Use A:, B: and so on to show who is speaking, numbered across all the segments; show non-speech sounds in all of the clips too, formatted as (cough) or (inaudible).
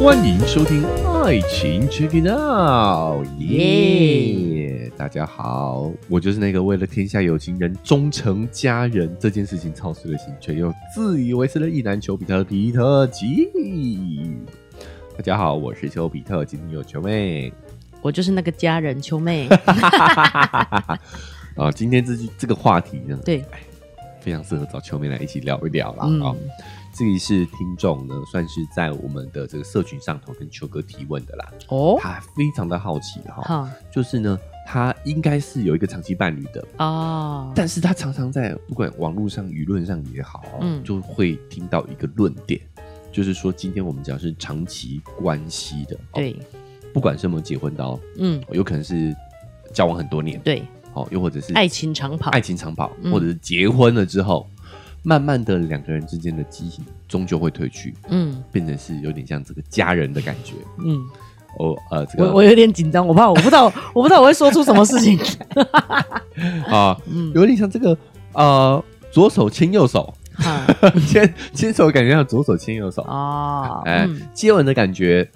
A: 欢迎收听《爱情 Check It Out》，耶！大家好，我就是那个为了天下有情人终成佳人这件事情操碎了心，却又自以为是的意难求比特皮特吉。大家好，我是丘比特，今天有球妹
B: 我就是那个家人秋
A: (laughs)
B: 妹，
A: 啊。今天这句这个话题呢，
B: 对，
A: 非常适合找球迷来一起聊一聊啦啊、
B: 嗯
A: 这一是听众呢，算是在我们的这个社群上头跟球哥提问的啦，
B: 哦，
A: 他非常的好奇哈、
B: 好
A: 就是呢，他应该是有一个长期伴侣的，
B: 哦，
A: 但是他常常在不管网络上、舆论上也好哦、
B: 嗯
A: 就会听到一个论点，就是说今天我们讲是长期关系的，哦，
B: 对，
A: 不管是有没有结婚的哦，
B: 嗯，
A: 有可能是交往很多年，
B: 对，
A: 哦，又或者是
B: 爱情长跑，
A: 爱情长跑，
B: 嗯
A: 或者是结婚了之后，慢慢的两个人之间的激情终究会褪去，
B: 嗯
A: 变成是有点像这个家人的感觉。
B: 嗯，
A: 哦，呃，这
B: 我
A: 个
B: 我有点紧张，我怕我不知 (laughs) 道，我不知道我会说出什么事情，
A: 啊、
B: 嗯，
A: 有点像这个呃，左手牵右手，
B: (laughs) 哈，
A: (laughs) 牵牵手感觉像左手牵右手，
B: 哦，
A: 哎、
B: 嗯
A: 接吻的感觉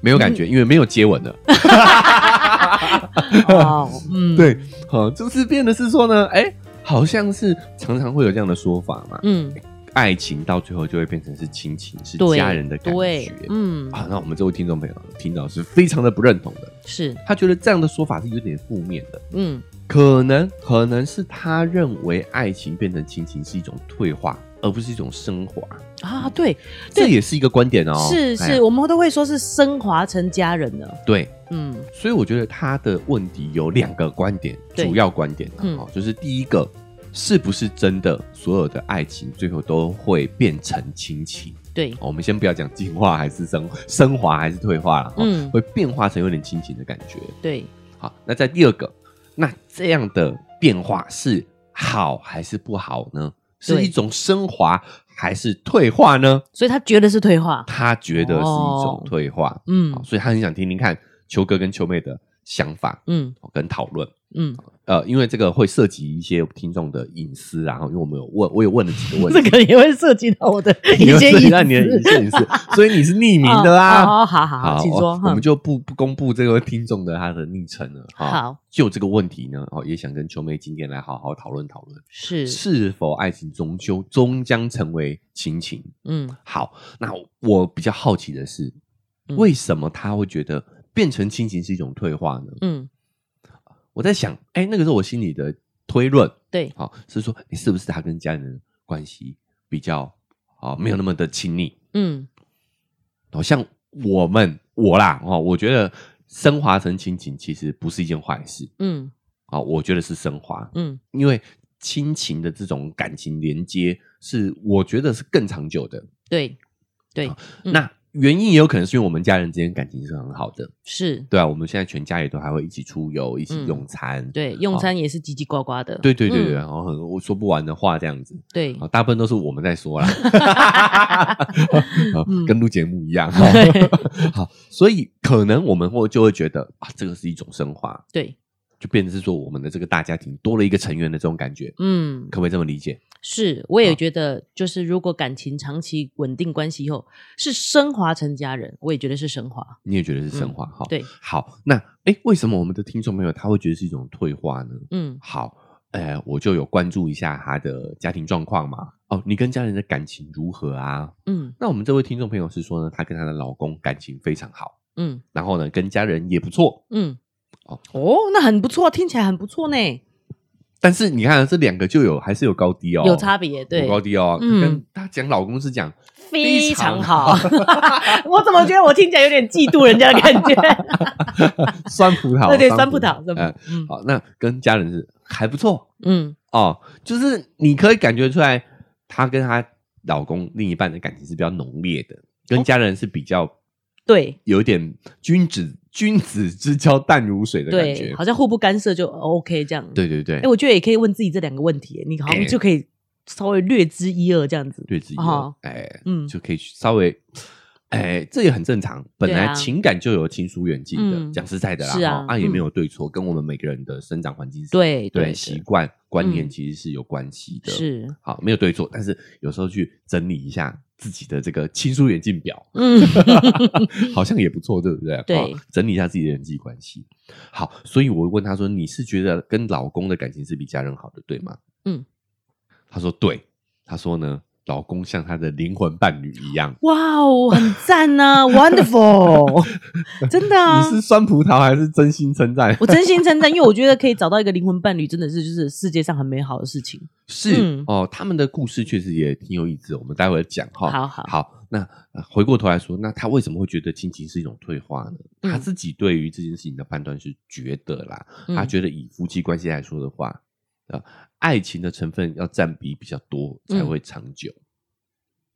A: 没有感觉，因为没有接吻了。
B: 哦， (laughs) 嗯，，
A: 对，好、就是变的是说呢，哎、好像是常常会有这样的说法嘛，
B: 嗯，
A: 爱情到最后就会变成是亲情，是
B: 对，
A: 家人的感
B: 对
A: 觉。，
B: 嗯，
A: 啊，那我们这位听众朋友听到是非常的不认同的，
B: 是，
A: 他觉得这样的说法是有点负面的，
B: 嗯，
A: 可能可能是他认为爱情变成亲情是一种退化，而不是一种升华，
B: 啊，对，
A: 这也是一个观点哦。
B: 是
A: 哎
B: 是，，我们都会说是升华成家人了，
A: 对，
B: 嗯
A: 所以我觉得他的问题有两个观点，
B: 对
A: 主要观点啊、
B: 嗯
A: 哦，就是第一个。是不是真的所有的爱情最后都会变成亲情？
B: 对，
A: 哦我们先不要讲进化还是升升华还是退化了，哦
B: 嗯
A: 会变化成有点亲情的感觉。
B: 对，
A: 好，那在第二个，那这样的变化是好还是不好呢？
B: 对
A: 是一种升华还是退化呢？
B: 所以他觉得是退化，
A: 他觉得是一种
B: 哦
A: 退化，
B: 嗯
A: 好所以他很想听听看球哥跟球妹的想法
B: 嗯
A: 哦跟讨论。
B: 嗯，
A: 呃，因为这个会涉及一些听众的隐私啊，然后因为我们有问，我有问了几个问
B: 这
A: 题，
B: 个也会涉及
A: (laughs)
B: 到我的一
A: 因为
B: 些
A: 涉及
B: 隐
A: 到你的
B: 私
A: 一些
B: (laughs)
A: 隐私，所以你是匿名的啊。
B: 哦，哦好好好，请说。
A: 我我
B: 哈
A: 们就不不公布这个听众的他的昵称了。哈
B: 好，
A: 就这个问题呢，哦，也想跟球妹今天来好好讨论讨论，
B: 是
A: 是否爱情终究终将成为亲情？
B: 嗯
A: 好，那我比较好奇的是，
B: 嗯
A: 为什么他会觉得变成亲情是一种退化呢？
B: 嗯，
A: 我在想，哎，那个时候我心里的推论，
B: 对，
A: 好、是说，诶是不是他跟家人的关系比较啊、没有那么的亲密？
B: 嗯
A: 好像我们我啦哦，我觉得升华成亲情其实不是一件坏事
B: 嗯
A: 啊、我觉得是升华，
B: 嗯，
A: 因为亲情的这种感情连接是我觉得是更长久的。
B: 对对，嗯
A: 那原因也有可能是因为我们家人之间感情是很好的，
B: 是，
A: 对啊，我们现在全家也都还会一起出游，一起
B: 嗯
A: 用餐，
B: 对，用餐也是叽叽呱呱的。
A: 对对对对，
B: 嗯
A: 然后很我说不完的话这样子，
B: 对
A: 啊，大部分都是我们在说啦， (laughs) 啊
B: 嗯
A: 跟录节目一样。
B: (laughs) (laughs) 对
A: 好，所以可能我们会就会觉得啊，这个是一种升华，
B: 对，
A: 就变成是说我们的这个大家庭多了一个成员的这种感觉，
B: 嗯，
A: 可不可以这么理解？
B: 是，我也
A: 好
B: 觉得，就是如果感情长期稳定关系以后，是升华成家人，我也觉得是升华。
A: 你也觉得是升华哈、
B: 嗯对，
A: 好，那哎，诶为什么我们的听众朋友他会觉得是一种退化呢？
B: 嗯
A: 好，呃，我就有关注一下他的家庭状况嘛。哦，你跟家人的感情如何啊？
B: 嗯
A: 那我们这位听众朋友是说呢，她跟她的老公感情非常好。
B: 嗯
A: 然后呢，跟家人也不错。
B: 嗯。
A: 哦
B: 哦，那很不错，听起来很不错呢，
A: 但是你看这两个就有还是有高低哦，
B: 有差别，对
A: 有，高低哦。
B: 嗯
A: 跟他讲老公是讲
B: 非
A: 常
B: 常好。 (laughs) 我怎么觉得我听起来有点嫉妒人家的感
A: (laughs)
B: 觉？
A: (laughs) 酸葡萄，
B: 对 (laughs) 对，酸葡萄，酸葡萄
A: 嗯，好，那跟家人是还不错
B: 嗯
A: 哦，就是你可以感觉出来，她跟她老公另一半的感情是比较浓烈的，
B: 哦
A: 跟家人是比较
B: 对
A: 有点君子君子之交淡如水的感
B: 对，
A: 觉。
B: 好像互不干涉就哦 OK 这样。，
A: 对对对
B: 哎，，我觉得也可以问自己这两个问题，你好
A: 哎
B: 像就可以稍微略知一二这样子。
A: 对自己
B: 哦
A: 哎，
B: 嗯
A: 就可以去稍微哎，这也很正常，本
B: 对
A: 来
B: 啊
A: 情感就有亲疏远近的。
B: 嗯
A: 讲实在的啦，
B: 是啊
A: 哦啊也没
B: 嗯
A: 有对错，跟我们每个人的生长环境是
B: 对嗯
A: 对习惯观念其实是有关系的。
B: 是，
A: 好，没有对错，但是有时候去整理一下自己的这个亲疏远近表，
B: 嗯， (laughs)
A: 好像也不错，对不对？
B: 对
A: 哦整理一下自己的人际关系。好，所以我问他说：“你是觉得跟老公的感情是比家人好的，对吗？”
B: 嗯，
A: 他说：“对。”他说呢，老公像他的灵魂伴侣一样。
B: 哇哦，很赞呐、w o n d e r
A: (laughs)
B: f u l 真的啊。
A: 你是酸葡萄还是真心称赞？
B: 我真心称赞，因为我觉得可以找到一个灵魂伴侣，真的是就是世界上很美好的事情。
A: 是、
B: 嗯
A: 哦，他们的故事确实也挺有意思的，我们待会儿讲哈。
B: 好好
A: 好，那呃回过头来说，那他为什么会觉得亲情是一种退化呢？
B: 嗯
A: 他自己对于这件事情的判断是觉得啦，
B: 嗯
A: 他觉得以夫妻关系来说的话，呃，爱情的成分要占比比较多才
B: 嗯
A: 会长久。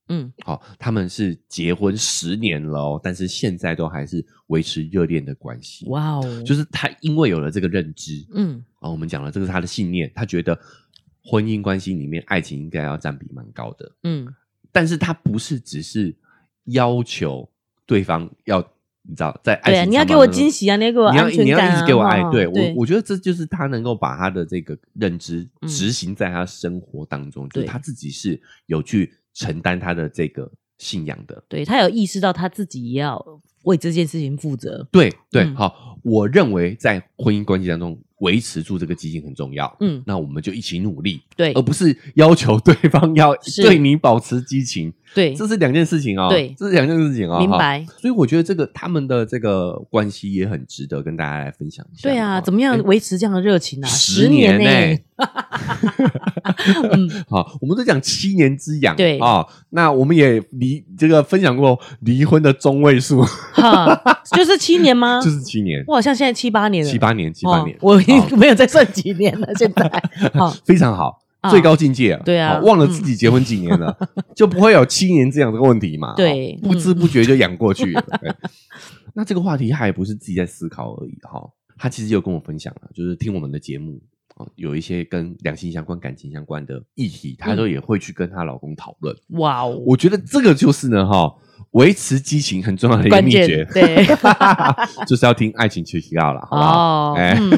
B: 嗯，
A: 好、他们是结婚十年了哦，但是现在都还是维持热恋的关系。
B: 哇哦，
A: 就是是他因为有了这个认知，
B: 嗯
A: 啊、我们讲了，这个是他的信念，他觉得婚姻关系里面爱情应该要占比蛮高的，
B: 嗯
A: 但是他不是只是要求对方要，你知道，在爱
B: 对
A: 情
B: 啊
A: 上
B: 你要
A: 方
B: 给
A: 能
B: 我
A: 够
B: 惊喜啊你要给我
A: 你要
B: 安全
A: 你要
B: 感啊
A: 一直给我爱，
B: 哈
A: 对我
B: 对，
A: 我觉得这就是他能够把他的这个认知
B: 嗯
A: 执行在他生活当中，就是
B: 对
A: 他自己是有去承担他的这个信仰的，
B: 对他有意识到他自己也要为这件事情负责。
A: 对对，
B: 嗯
A: 好，我认为在婚姻关系当中维持住这个激情很重要，
B: 嗯，
A: 那我们就一起努力，
B: 对
A: 而不是要求对方要
B: 是
A: 对你保持激情，
B: 对，
A: 这是两件事情哦。
B: 对
A: 这是两件事情哦。
B: 明
A: 哈。
B: 白。
A: 所以我觉得这个他们的这个关系也很值得跟大家来分享一下。
B: 对啊，
A: 哈
B: 怎么样
A: 哎
B: 维持这样的热情啊？
A: 十
B: 年
A: 年 (laughs) 欸
B: 嗯，
A: 好，我们都讲七年之痒，
B: 对
A: 啊、那我们也离这个分享过离婚的中位
B: 啊
A: 数
B: 哈，就是七年吗？
A: 就是七年，
B: 我好像现在七八年了，
A: 七八年，七八年
B: 哦，我已
A: 好
B: 经没有再算几年了。现
A: (laughs)
B: 在，好，
A: 非常好，
B: 啊
A: 最高境界了。
B: 对啊
A: 好忘了自己结婚几年了， (laughs) 就不会有七年这样的问题嘛。
B: 对
A: 哦不知不觉就养过
B: (laughs)
A: 去了。对那这个话题他也不是自己在思考而已哈、他其实有跟我分享了，就是听我们的节目。哦，有一些跟两性相关、感情相关的议题，她
B: 嗯
A: 都也会去跟她老公讨论。
B: 哇哦，
A: 我觉得这个就是呢，哈、维持激情很重要的一个
B: 关
A: 秘
B: 键
A: 诀， (laughs)
B: 对
A: 就是要听爱情学习到了，好不好？
B: 哦，
A: 哎
B: 嗯，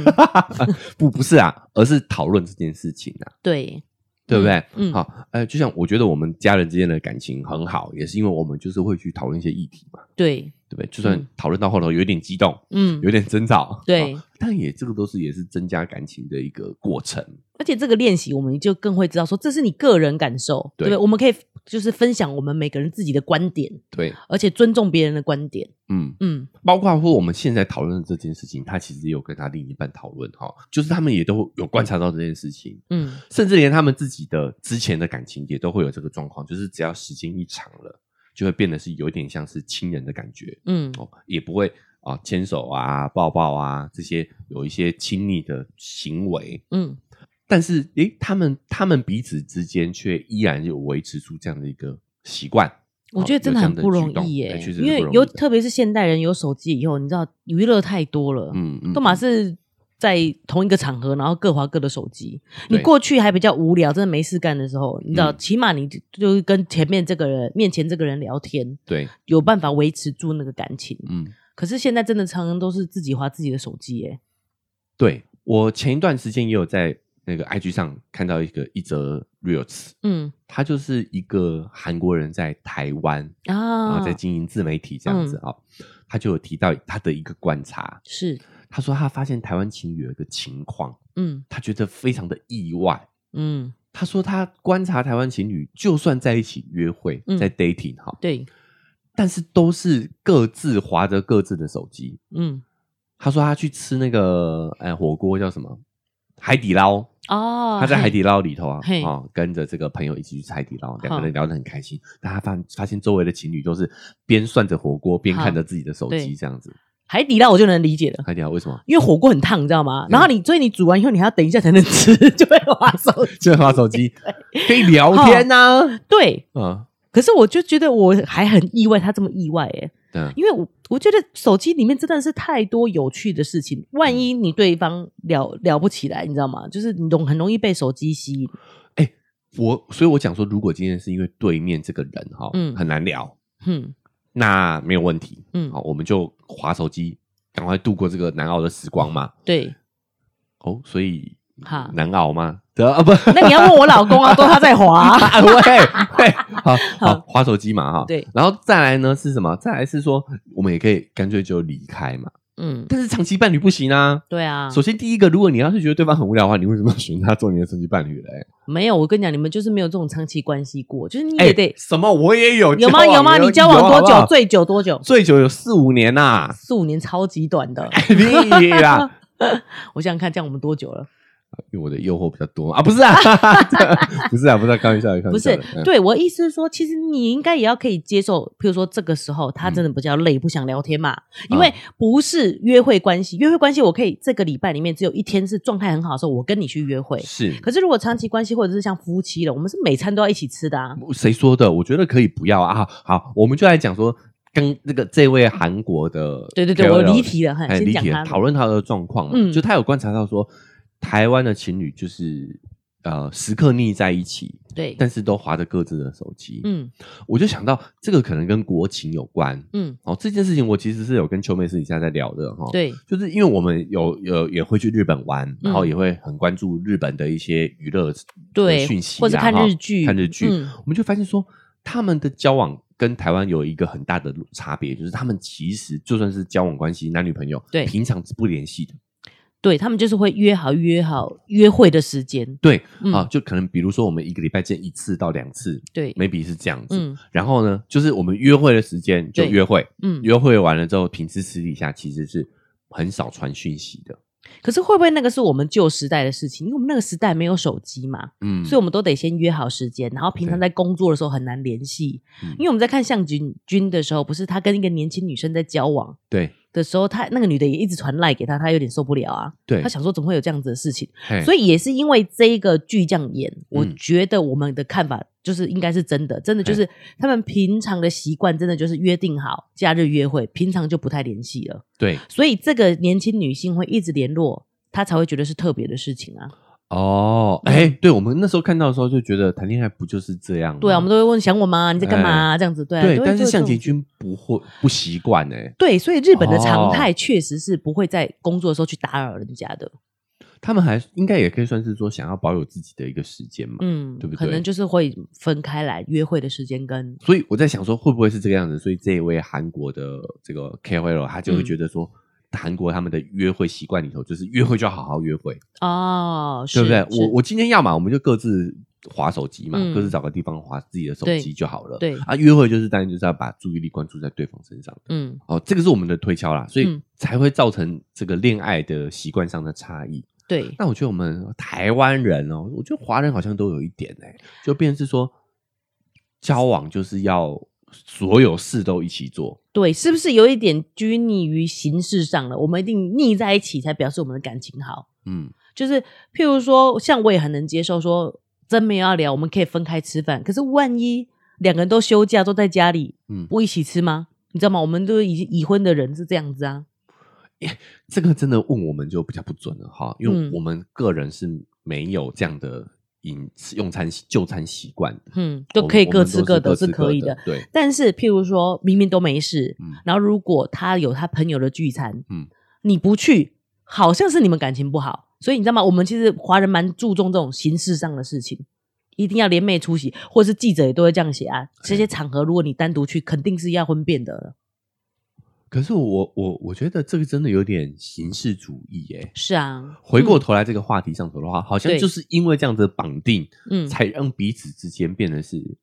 A: 不，不是啊，而是讨论这件事情啊。 (laughs)
B: 对，
A: 对不对？
B: 嗯嗯
A: 好，呃，就像我觉得我们家人之间的感情很好，也是因为我们就是会去讨论一些议题嘛，
B: 对，
A: 对不对？就算
B: 嗯
A: 讨论到后头有一点激动，
B: 嗯
A: 有，点争吵，
B: 对
A: 啊但也这个都是也是增加感情的一个过程。
B: 而且这个练习，我们就更会知道说，这是你个人感受，
A: 对
B: 对不对？我们可以就是分享我们每个人自己的观点，
A: 对，
B: 而且尊重别人的观点。
A: 嗯，
B: 嗯，
A: 包括说我们现在讨论的这件事情，他其实也有跟他另一半讨论哈、就是他们也都有观察到这件事情，
B: 嗯，
A: 甚至连他们自己的之前的感情也都会有这个状况，就是只要时间一长了，就会变得是有点像是亲人的感觉。
B: 嗯，
A: 哦，也不会啊牵手啊、抱抱啊这些有一些亲密的行为，
B: 嗯，
A: 但是诶，他们他们彼此之间却依然有维持出这样的一个习惯。
B: 我
A: 哦
B: 觉得真的很不容易耶、
A: 有这样的举动哎确实是
B: 因为
A: 不容易
B: 有
A: 的
B: 特别是现代人有手机以后，你知道娱乐太多了，
A: 嗯嗯
B: 都嘛是。在同一个场合，然后各划各的手机。你
A: 对
B: 过去还比较无聊，真的没事干的时候，你知道，
A: 嗯
B: 起码你就就是跟前面这个人、面前这个人聊天，
A: 对，
B: 有办法维持住那个感情。
A: 嗯，
B: 可是现在真的常常都是自己划自己的手机、耶。
A: 对我前一段时间也有在那个 IG 上看到一个一则 reels，
B: 嗯
A: 他就是一个韩国人在台湾，然
B: 啊
A: 后在经营自媒体这样子啊、哦，他就有提到他的一个观察，
B: 是，
A: 他说他发现台湾情侣有一个情况。
B: 嗯
A: 他觉得非常的意外。
B: 嗯，
A: 他说他观察台湾情侣，就算在一起约会，
B: 嗯
A: 在 dating 哈，
B: 对，
A: 但是都是各自划着各自的手机。
B: 嗯
A: 他说他去吃那个呃火锅叫什么海底捞，
B: 哦，
A: 他在海
B: 嘿
A: 底捞里头啊
B: 嘿，
A: 哦，跟着这个朋友一起去吃海底捞，两
B: 好
A: 个人聊得很开心。但他发发现周围的情侣都是边涮着火锅边
B: 好
A: 看着自己的手
B: 对
A: 机这
B: (laughs)
A: 样子。
B: 海底捞，我就能理解了。
A: 海底捞为什么？
B: 因为火锅很烫，你知道
A: 嗯
B: 吗？然后你，所以你煮完以后，你还要等一下才能吃， (laughs) 就会划手机。哦
A: 就划手机，可以 (laughs) 聊天呐、啊。
B: 对，
A: 嗯，
B: 可是我就觉得我还很意外，他这么意外耶，
A: 对啊，
B: 因为我我觉得手机里面真的是太多有趣的事情。万
A: 嗯
B: 一你对方聊聊不起来，你知道吗？就是你容很容易被手机吸引。
A: 我所以，我讲说，如果今天是因为对面这个人哈，
B: 嗯
A: 很难聊，
B: 嗯，
A: 那没有问题。
B: 嗯
A: 好，，我们就划手机，赶快度过这个难熬的时光嘛。
B: 对，
A: 哦，所以
B: 哈
A: 难熬吗？得啊不， (laughs)
B: 那你要问我老公啊，都他在滑，
A: 啊喂喂，好好划手机嘛哈。
B: 对，
A: 然后再来呢是什么？再来是说我们也可以干脆就离开嘛。
B: 嗯，
A: 但是长期伴侣不行啊。
B: 对啊，
A: 首先第一个，如果你要是觉得对方很无聊的话，你为什么要选他做你的长期伴侣嘞？
B: 没有，我跟你讲，你们就是没有这种长期关系过，就是
A: 哎
B: 你也得、
A: 什么？我也有
B: 有吗？
A: 交往
B: 有吗？你交往
A: 有
B: 多
A: 好不好
B: 久？最久多久？
A: 最久有四五年
B: (laughs)
A: 呐、
B: 四五年，超级短的。
A: 哎
B: (laughs)
A: 你啦，
B: 我想想看，这样我们多久了？
A: 因为我的诱惑比较多嘛啊，不是啊， (laughs) 不是啊，不是啊，开玩笑的，开
B: 不
A: 玩笑
B: 是
A: 的，嗯，
B: 对我意思是说，其实你应该也要可以接受，譬如说这个时候他
A: 嗯
B: 真的比较累，不想聊天嘛，因为不是约会关系，约会关系我可以这个礼拜里面只有一天是状态很好的时候，我跟你去约会。
A: 是
B: 可是如果长期关系或者是像夫妻了，我们是每餐都要一起吃的啊。
A: 谁说的？我觉得可以不要啊。好好，我们就来讲说，跟那个这位韩国的 KOL，
B: 对对对，我离题了，哈，
A: 哎，
B: 先
A: 离
B: 讲
A: 题
B: 他
A: 了讨论他的状况嘛。
B: 嗯
A: 就他有观察到说，台湾的情侣就是呃时刻腻在一起，
B: 对，
A: 但是都划着各自的手机。
B: 嗯
A: 我就想到这个可能跟国情有关
B: 嗯，
A: 哦。这件事情我其实是有跟秋妹私底下在聊的哈、哦。
B: 对，
A: 就是因为我们有有也会去日本玩，然后也会很关注日本的一些娱乐
B: 嗯对
A: 的讯息啊，
B: 或者看
A: 哈
B: 日剧
A: 看日剧，
B: 嗯
A: 我们就发现说他们的交往跟台湾有一个很大的差别，就是他们其实就算是交往关系，男女朋友，
B: 对
A: 平常是不联系的，
B: 对他们就是会约好约好约会的时间，
A: 对、
B: 嗯
A: 啊，就可能比如说我们一个礼拜见一次到两次
B: 对，
A: ，maybe 是这样子。
B: 嗯
A: 然后呢，就是我们约会的时间就
B: 对
A: 约会，
B: 嗯。
A: 约会完了之后，平时私底下其实是很少传讯息的。
B: 可是会不会那个是我们旧时代的事情？因为我们那个时代没有手机嘛，
A: 嗯，
B: 所以我们都得先约好时间，然后平常在工作的时候很难联系
A: 嗯。
B: 因为我们在看向君君的时候，不是他跟一个年轻女生在交往
A: 对
B: 的时候，他那个女的也一直传赖给他，他有点受不了啊。
A: 对
B: 他，想说怎么会有这样子的事情？
A: 嘿
B: 所以也是因为这一个巨匠演，我
A: 嗯
B: 觉得我们的看法就是应该是真的，真的就是他们平常的习惯，真的就是约定好假日约会，平常就不太联系了，
A: 对
B: 所以这个年轻女性会一直联络，她才会觉得是特别的事情啊。
A: 哦，哎、对我们那时候看到的时候就觉得谈恋爱不就是这样吗？
B: 对啊，我们都会问想我吗？你在干嘛啊、这样子对啊、
A: 嗯对
B: 都，会
A: 但是
B: 做这
A: 向
B: 种
A: 杰君不会不习惯哎、
B: 对，所以日本的常
A: 哦
B: 态确实是不会在工作的时候去打扰人家的，
A: 他们还应该也可以算是说想要保有自己的一个时间嘛。
B: 嗯，
A: 对不
B: 可
A: 对
B: 能就是会分开来约会的时间跟
A: 所以我在想说，会不会是这个样子？所以这一位韩国的这个 KOL 他就会
B: 嗯
A: 觉得说，韩国他们的约会习惯里头，就是约会就要好好约会，
B: 哦，
A: 对不
B: 是
A: 对？
B: 是
A: 我我今天要嘛，我们就各自划手机嘛，
B: 嗯
A: 各自找个地方划自己的手
B: 对
A: 机就好了。
B: 对
A: 啊，约会就是当然就是要把注意力关注在对方身上。
B: 嗯。
A: 哦，这个是我们的推敲啦，所以
B: 嗯
A: 才会造成这个恋爱的习惯上的差异。
B: 对，
A: 那我觉得我们台湾人哦，我觉得华人好像都有一点哎、就变成是说交往就是要所有事都一起做，
B: 对，是不是有一点拘泥于形式上了？我们一定腻在一起才表示我们的感情好。
A: 嗯，
B: 就是譬如说，像我也很能接受说，真没有要聊，我们可以分开吃饭。可是万一两个人都休假，都在家里，
A: 嗯
B: 不一起吃吗？你知道吗？我们都已已婚的人是这样子啊。
A: 这个真的问我们就比较不准了哈，因为
B: 嗯
A: 我们个人是没有这样的饮用餐习就餐习惯的，
B: 嗯，就可以
A: 我们
B: 各
A: 我们都
B: 吃各的，
A: 是
B: 是可以
A: 的
B: 的。，
A: 对，
B: 但是，譬如说明明都没事，
A: 嗯
B: 然后如果他有他朋友的聚餐，
A: 嗯
B: 你不去，好像是你们感情不好。所以你知道吗？我们其实华人蛮注重这种形式上的事情，一定要联袂出席，或是记者也都会这样写
A: 哎
B: 啊。这些场合，如果你单独去，肯定是要婚变的。
A: 可是我我我觉得这个真的有点形式主义哎、
B: 是啊，
A: 回过头来这个话题上头的话，好像
B: 对
A: 就是因为这样子的绑定，
B: 嗯，
A: 才让彼此之间变得是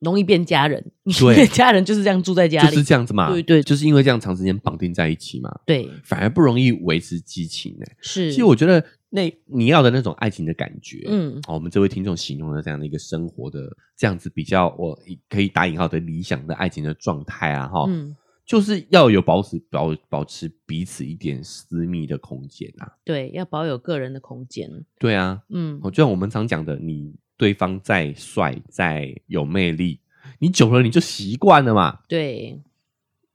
B: 容易变家人，
A: 对
B: (laughs) 家人就是这样住在家
A: 就
B: 里，
A: 是这样子嘛，
B: 对对
A: 就是因为这样长时间绑定在一起嘛，
B: 对，
A: 反而不容易维持激情呢、
B: 是。
A: 其实我觉得那你要的那种爱情的感觉，嗯，
B: 嗯，
A: 哦，我们这位听众形容的这样的一个生活的这样子比较，我可以打引号的理想的爱情的状态啊，哈、
B: 嗯，
A: 就是要有保持保保持彼此一点私密的空间啊，
B: 对，要保有个人的空间。
A: 对啊，
B: 嗯
A: 哦，，就像我们常讲的，你对方再帅再有魅力，你久了你就习惯了嘛。
B: 对，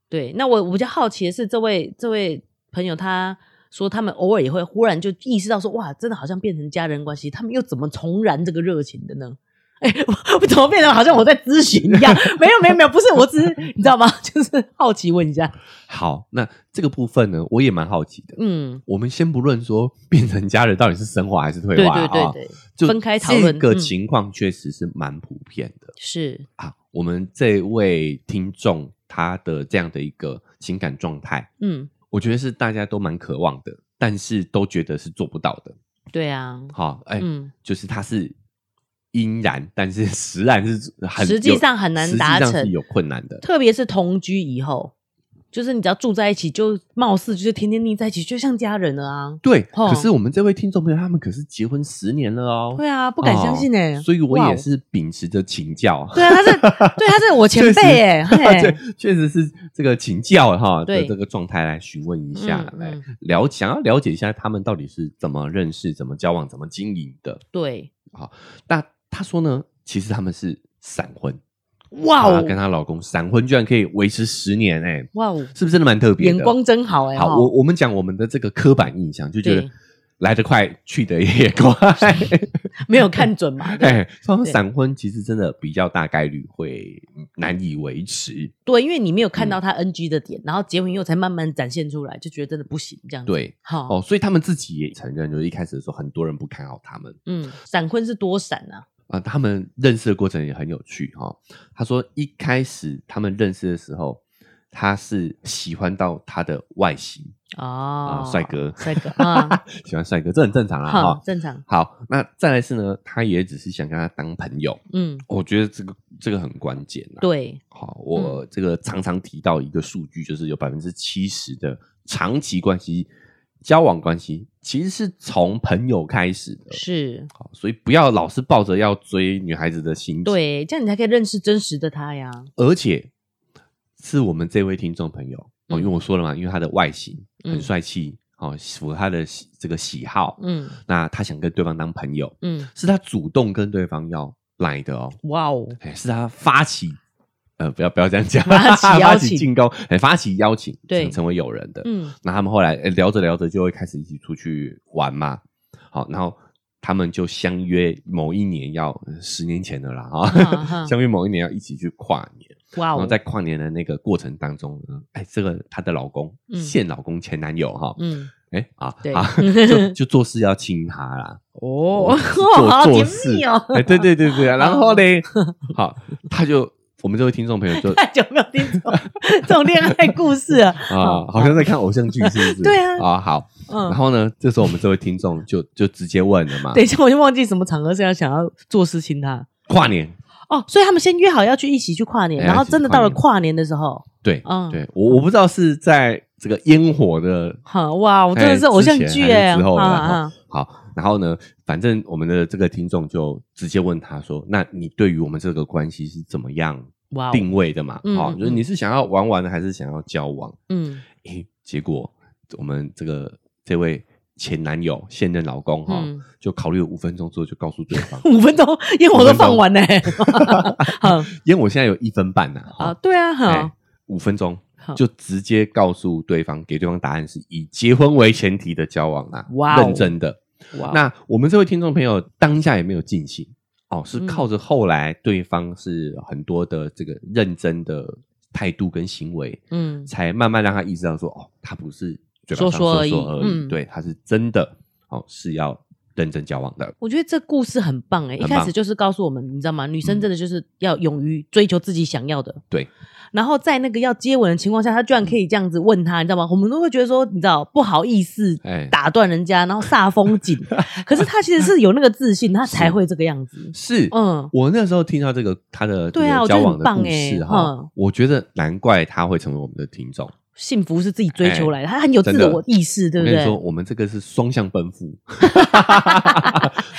B: 对。那我我比较好奇的是，这位这位朋友他说，他们偶尔也会忽然就意识到说，哇，真的好像变成家人关系，他们又怎么重燃这个热情的呢？哎、我我怎么变得好像我在咨询一样？没有没有没有，不是，我只是你知道吗？ (laughs) 就是好奇问一下。
A: 好，那这个部分呢，我也蛮好奇的。
B: 嗯，
A: 我们先不论说变成家人到底是升华还是退
B: 对
A: 化啊，
B: 对对对，
A: 就
B: 分开讨论
A: 这个
B: 嗯
A: 情况确实是蛮普遍的、
B: 是
A: 啊。我们这位听众他的这样的一个情感状态，
B: 嗯，
A: 我觉得是大家都蛮渴望的，但是都觉得是做不到的。
B: 对啊，
A: 好，哎、
B: 嗯，
A: 就是它是阴然，但是 (laughs) 实然是很
B: 实际上很难
A: 有实际
B: 达
A: 上
B: 成
A: 是有困难的。
B: 特别是同居以后，就是你只要住在一起，就貌似就是天天腻在一起，就像家人了啊。
A: 对，
B: 哦
A: 可是我们这位听众朋友他们可是结婚十年了哦，
B: 对啊，不敢相信哎、
A: 哦所以我
B: 哇
A: 也
B: 哦
A: 是秉持着请教。
B: 对啊，他
A: (laughs)
B: 是对他是我前
A: 确实
B: 辈
A: (laughs)
B: 哎、
A: 确
B: 嘿，
A: 确实是这个请教哈的
B: 对
A: 这个状态来询问一下，
B: 嗯
A: 来
B: 嗯
A: 了哎想要了解一下他们到底是怎么认识、怎么交往、怎么经营的。
B: 对，
A: 那他说呢，其实他们是闪婚，
B: 哇
A: 她
B: 哦
A: 跟她老公闪婚居然可以维持十年、欸，
B: 哇哦，
A: 是不是真的蛮特别的？
B: 眼光真好哎、
A: 好，
B: 哈
A: 我我们讲我们的这个刻板印象，就觉得
B: 对
A: 来得快，去得也
B: (laughs)
A: 快。
B: 没有看准
A: (laughs)
B: 嘛，对
A: 哎，所以他们
B: 对
A: 闪婚其实真的比较大概率会难以维持。
B: 对，因为你没有看
A: 嗯
B: 到他 NG 的点，然后结婚以后才慢慢展现出来，就觉得真的不行这样子。，
A: 对，
B: 好，
A: 哦，所以他们自己也承认，就是一开始的时候，很多人不看好他们
B: 嗯，闪婚是多闪啊，
A: 啊。他们认识的过程也很有趣哈、哦。他说一开始他们认识的时候，他是喜欢到他的外形啊
B: 哦，
A: 帅哥
B: 帅哥啊，
A: (laughs) 喜欢帅哥，这很正常啦哈、
B: 好，正常，
A: 好，那再来是呢，他也只是想跟他当朋友。
B: 嗯，
A: 我觉得这个这个很关键啦。
B: 对，嗯
A: 好，我这个常常提到一个数据，就是有百分之七十的长期关系、交往关系，其实是从朋友开始的。
B: 是，
A: 好，所以不要老是抱着要追女孩子的心情。，
B: 对，这样你才可以认识真实的他呀，
A: 而且是我们这位听众朋友哦，
B: 嗯
A: 因为我说了嘛，因为他的外形很
B: 嗯
A: 帅气，哦，符合他的喜这个喜好，
B: 嗯
A: 那他想跟对方当朋友，
B: 嗯，
A: 是他主动跟对方要来的哦。
B: 哇哦，
A: 哎，是他发起，呃，不要不要这样讲，
B: 发
A: (laughs)
B: 起邀请
A: 进攻，哎，发起邀请，
B: 对
A: 成成为友人的。
B: 嗯
A: 那他们后来哎聊着聊着就会开始一起出去玩嘛，好，然后他们就相约某一年要呃十年前的啦
B: 啊
A: 啊，
B: 哈
A: (laughs) 相约某一年要一起去跨年，
B: 哇
A: 然后
B: 哦，
A: 在跨年的那个过程当中呢，哎，这个她的老公
B: 嗯
A: 现老公前男友哈，
B: 嗯
A: 哎啊
B: 对 (laughs)
A: 啊， (laughs) 就就做事要亲她啦，
B: 哦，
A: 做
B: 好
A: 做
B: 甜
A: 事
B: 蜜哦，
A: 哎，对对对对啊，然后嘞，
B: 嗯
A: (laughs) 好，他就我们这位听众朋友
B: (laughs)
A: 就
B: 太久没有听这种这种恋爱故事了，
A: 啊，好像在看偶像剧是不是？
B: (laughs) 对啊
A: 啊好，然
B: 嗯。
A: 后呢，这时候我们这位听众就就直接问了嘛
B: 等，一下，我就忘记什么场合是要想要做事情他
A: 跨年，
B: 哦，所以他们先约好要去一起去跨年，
A: 哎
B: 然后
A: 一起
B: 真的
A: 跨
B: 到了
A: 年
B: 跨年的时候，
A: 对
B: 嗯
A: 对，我我不知道是在这个烟火的，
B: 哈哇，我真哦的是偶像剧哎、
A: 哎之前还是之后的
B: 啊
A: 哈，好，然后呢，反正我们的这个听众就直接问他说，那你对于我们这个关系是怎么样
B: 哇哦，
A: 定位的嘛？
B: 嗯
A: 好，
B: 嗯
A: 就是
B: 嗯
A: 你是想要玩玩的，还是想要交往？
B: 嗯
A: 诶，结果我们这个这位前男友、现任老公哈、
B: 嗯，
A: 就考虑了五分钟之后就告诉对方 (laughs)
B: 五分钟烟火都放完嘞、好
A: 因为我现在有一分半呐、
B: (laughs) 啊，
A: 哈，
B: 对啊，
A: 哎
B: 好，
A: 五、分钟
B: 好
A: 就直接告诉对方，给对方答案是以结婚为前提的交往啦、
B: 哇哦
A: 认真的。
B: 哇哦
A: 那我们这位听众朋友当下也没有尽兴哦，是
B: 嗯
A: 靠着后来对方是很多的这个认真的态度跟行为，
B: 嗯
A: 才慢慢让他意识到说，哦，他不是嘴巴上
B: 说说
A: 说
B: 而已
A: 说而已，
B: 嗯
A: 对，他是真的哦，是要认真交往的。
B: 我觉得这故事很棒哎、一
A: 很
B: 开
A: 棒
B: 始就是告诉我们，你知道吗？女生
A: 嗯
B: 真的就是要勇于追求自己想要的。
A: 对。嗯
B: 然后在那个要接吻的情况下，她居然可以这样子问他，你知道吗？我们都会觉得说，你知道不好意思
A: 哎
B: 打断人家，然后煞风
A: (laughs)
B: 景。可是她其实是有那个自信，她才会这个样子。
A: 是，
B: 嗯，
A: 我那时候听到这个他的这
B: 对啊
A: 个
B: 我觉
A: 交
B: 得
A: 往
B: 很
A: 的
B: 棒
A: 故
B: 欸
A: 事哈、
B: 嗯
A: 我觉得难怪他会成为我们的听众。
B: 幸福是自己追求来的，她很有自
A: 哎真的
B: 我意识，对
A: 我
B: 不
A: 跟你
B: 对
A: 说，？我们这个是双向奔
B: (laughs)
A: 赴，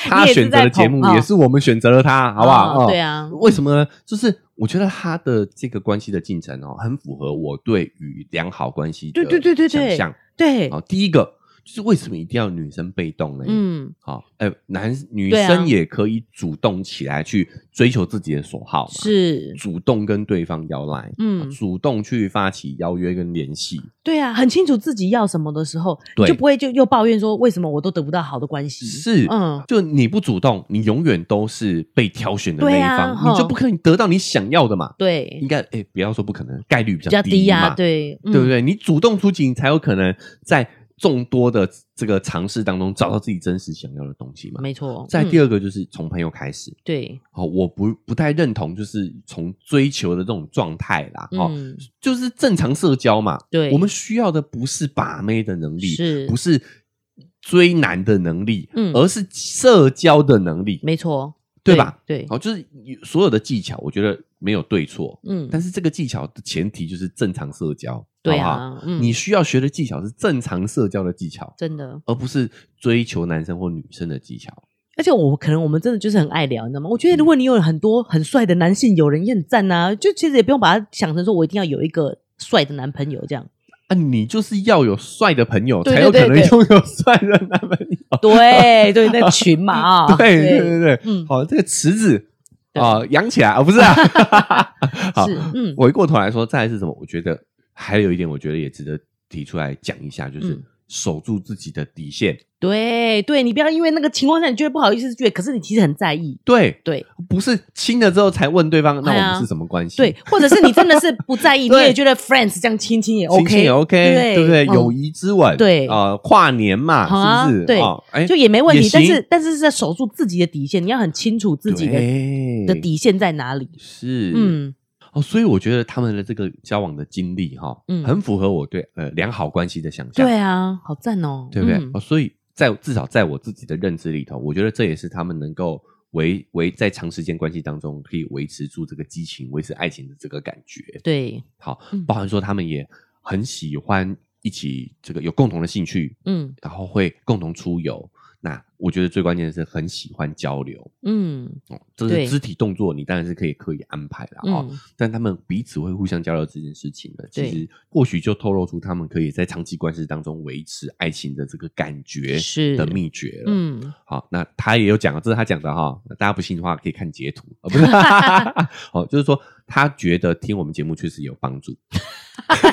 A: 他选择的节目
B: 你也
A: 也
B: 是在捧
A: 是我们选择了他，好不好？
B: 哦
A: 哦
B: 对啊，
A: 为什么呢？就是我觉得他的这个关系的进程哦，很符合我对于良好关系的
B: 对对对对对
A: 想象。
B: 对
A: 好，第一个就是为什么一定要女生被动呢？嗯，
B: 嗯，
A: 好，哎，男女
B: 对啊
A: 生也可以主动起来去追求自己的所好嘛，
B: 是，
A: 主动跟对方邀来，
B: 嗯
A: 主动去发起邀约跟联系，
B: 对啊，很清楚自己要什么的时候，
A: 对
B: 就不会就又抱怨说为什么我都得不到好的关系。
A: 是，
B: 嗯，
A: 就你不主动，你永远都是被挑选的那一
B: 对啊
A: 方，
B: 吼
A: 你就不可能得到你想要的嘛。应
B: 对，
A: 该，哎，不要说不可能，概率比
B: 比较
A: 较
B: 低
A: 嘛，
B: 呀、对，嗯对
A: 对不对？你主动出击，你才有可能在众多的这个尝试当中找到自己真实想要的东西嘛。
B: 没错。
A: 再第
B: 二，
A: 二个就是从朋友开始，
B: 对，
A: 哦，我不不太认同，就是从追求的这种状态啦，哦，
B: 嗯，
A: 就是正常社交嘛。
B: 对
A: 我们需要的不是把妹的能力，
B: 是
A: 不是追男的能力，
B: 嗯
A: 而是社交的能力，
B: 没错，
A: 对吧？？
B: 对，
A: 好，就是所有的技巧，我觉得没有对错，
B: 嗯，
A: 但是这个技巧的前提就是正常社交，好
B: 对
A: 不好？
B: 啊，嗯，
A: 你需要学的技巧是正常社交的技巧，
B: 真的，
A: 而不是追求男生或女生的技巧。
B: 而且我可能我们真的就是很爱聊，你知道吗？我
A: 嗯
B: 觉得如果你有很多很帅的男性友人也很赞呐、就其实也不用把它想成说我一定要有一个帅的男朋
A: (laughs)
B: 友这样。
A: 啊，你就是要有帅的朋友，
B: 对
A: 才有可
B: 对
A: 能
B: 对
A: 拥有帅的男朋友。
B: (laughs) 对对，那群嘛
A: (laughs)
B: 啊，
A: 对对对对，
B: 嗯
A: 好，这个池子
B: 对
A: 啊，扬起来啊，不是
B: (laughs)
A: 啊，好
B: 是，嗯
A: 回过头来说，再来是什么？我觉得还有一点，我觉得也值得提出来讲一下，就是
B: 嗯
A: 守住自己的底线。
B: 对对，你不要因为那个情况下你觉得不好意思，觉得可是你其实很在意，
A: 对，
B: 对
A: 不是亲了之后才问对方，那
B: 哎呀
A: 我们是什么关系？
B: 对，或者是你真的是不
A: (laughs)
B: 在意，你
A: 对
B: 也觉得 friends 这样亲亲也
A: 亲
B: OK，
A: 亲也 OK，
B: 对
A: 对不对？
B: 嗯
A: 友谊之吻，
B: 对
A: 啊，跨年
B: 好
A: 嘛，
B: 啊
A: 是不是？
B: 对
A: 哦，哎，
B: 就也没问
A: 也
B: 题，但
A: 行
B: 是但是是在守住自己的底线，你要很清楚自己的
A: 对
B: 的底线在哪里。
A: 是，嗯，
B: 嗯，
A: 哦，所以我觉得他们的这个交往的经历哈，
B: 嗯
A: 很符合我对呃良好关系的想象，
B: 对啊，好赞哦，
A: 对不对
B: 嗯？
A: 哦，所以在至少在我自己的认知里头，我觉得这也是他们能够维维在长时间关系当中可以维持住这个激情、维持爱情的这个感觉。
B: 对，
A: 好
B: 嗯，
A: 包含说他们也很喜欢一起这个有共同的兴趣，
B: 嗯
A: 然后会共同出游。那我觉得最关键的是很喜欢交流，
B: 嗯
A: 哦，这
B: 对
A: 是肢体动作，你当然是可以刻意安排的啊、哦
B: 嗯
A: 但他们彼此会互相交流这件事情呢，其
B: 对
A: 实或许就透露出他们可以在长期关系当中维持爱情的这个感觉
B: 是
A: 的秘诀了。 (laughs)
B: 嗯，
A: 好，那他也有讲，这是他讲的哈、大家不信的话可以看截图，啊、
B: (laughs)
A: 不是？好，就是说他觉得听我们节目确实有帮助，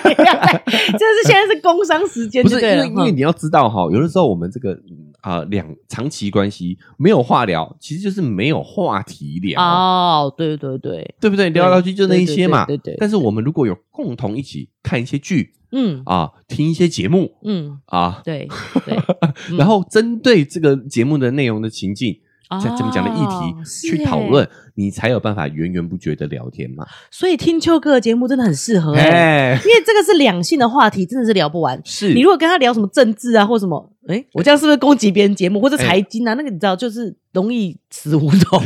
B: 这是现在是工伤时间，
A: 不是
B: 对
A: 因
B: 了嗯哦
A: 为因为你要知道哈、有的时候我们这个嗯啊两、长期关系没有话聊，其实就是没有话题聊。
B: 哦，对对对，
A: 对不对？聊来聊去就那一些嘛。
B: 对对对对对
A: 但是我们如果有共同一起看一些剧
B: 嗯
A: 啊，听一些节目
B: 嗯，
A: 啊，
B: 对
A: (laughs)
B: 对，嗯
A: 然后针对这个节目的内容的情境，像这么讲的议
B: 哦
A: 题去讨。
B: 是耶
A: 论，你才有办法源源不绝的聊天嘛。
B: 所以听秋哥的节目真的很适合哎，
A: 哎，
B: 因为这个是两性的话题，真的是聊不完。
A: 是
B: 你如果跟他聊什么政治啊，或什么，哎，我这样是不是攻击别人节目或者财经啊？那个你知道，就是容易死胡同。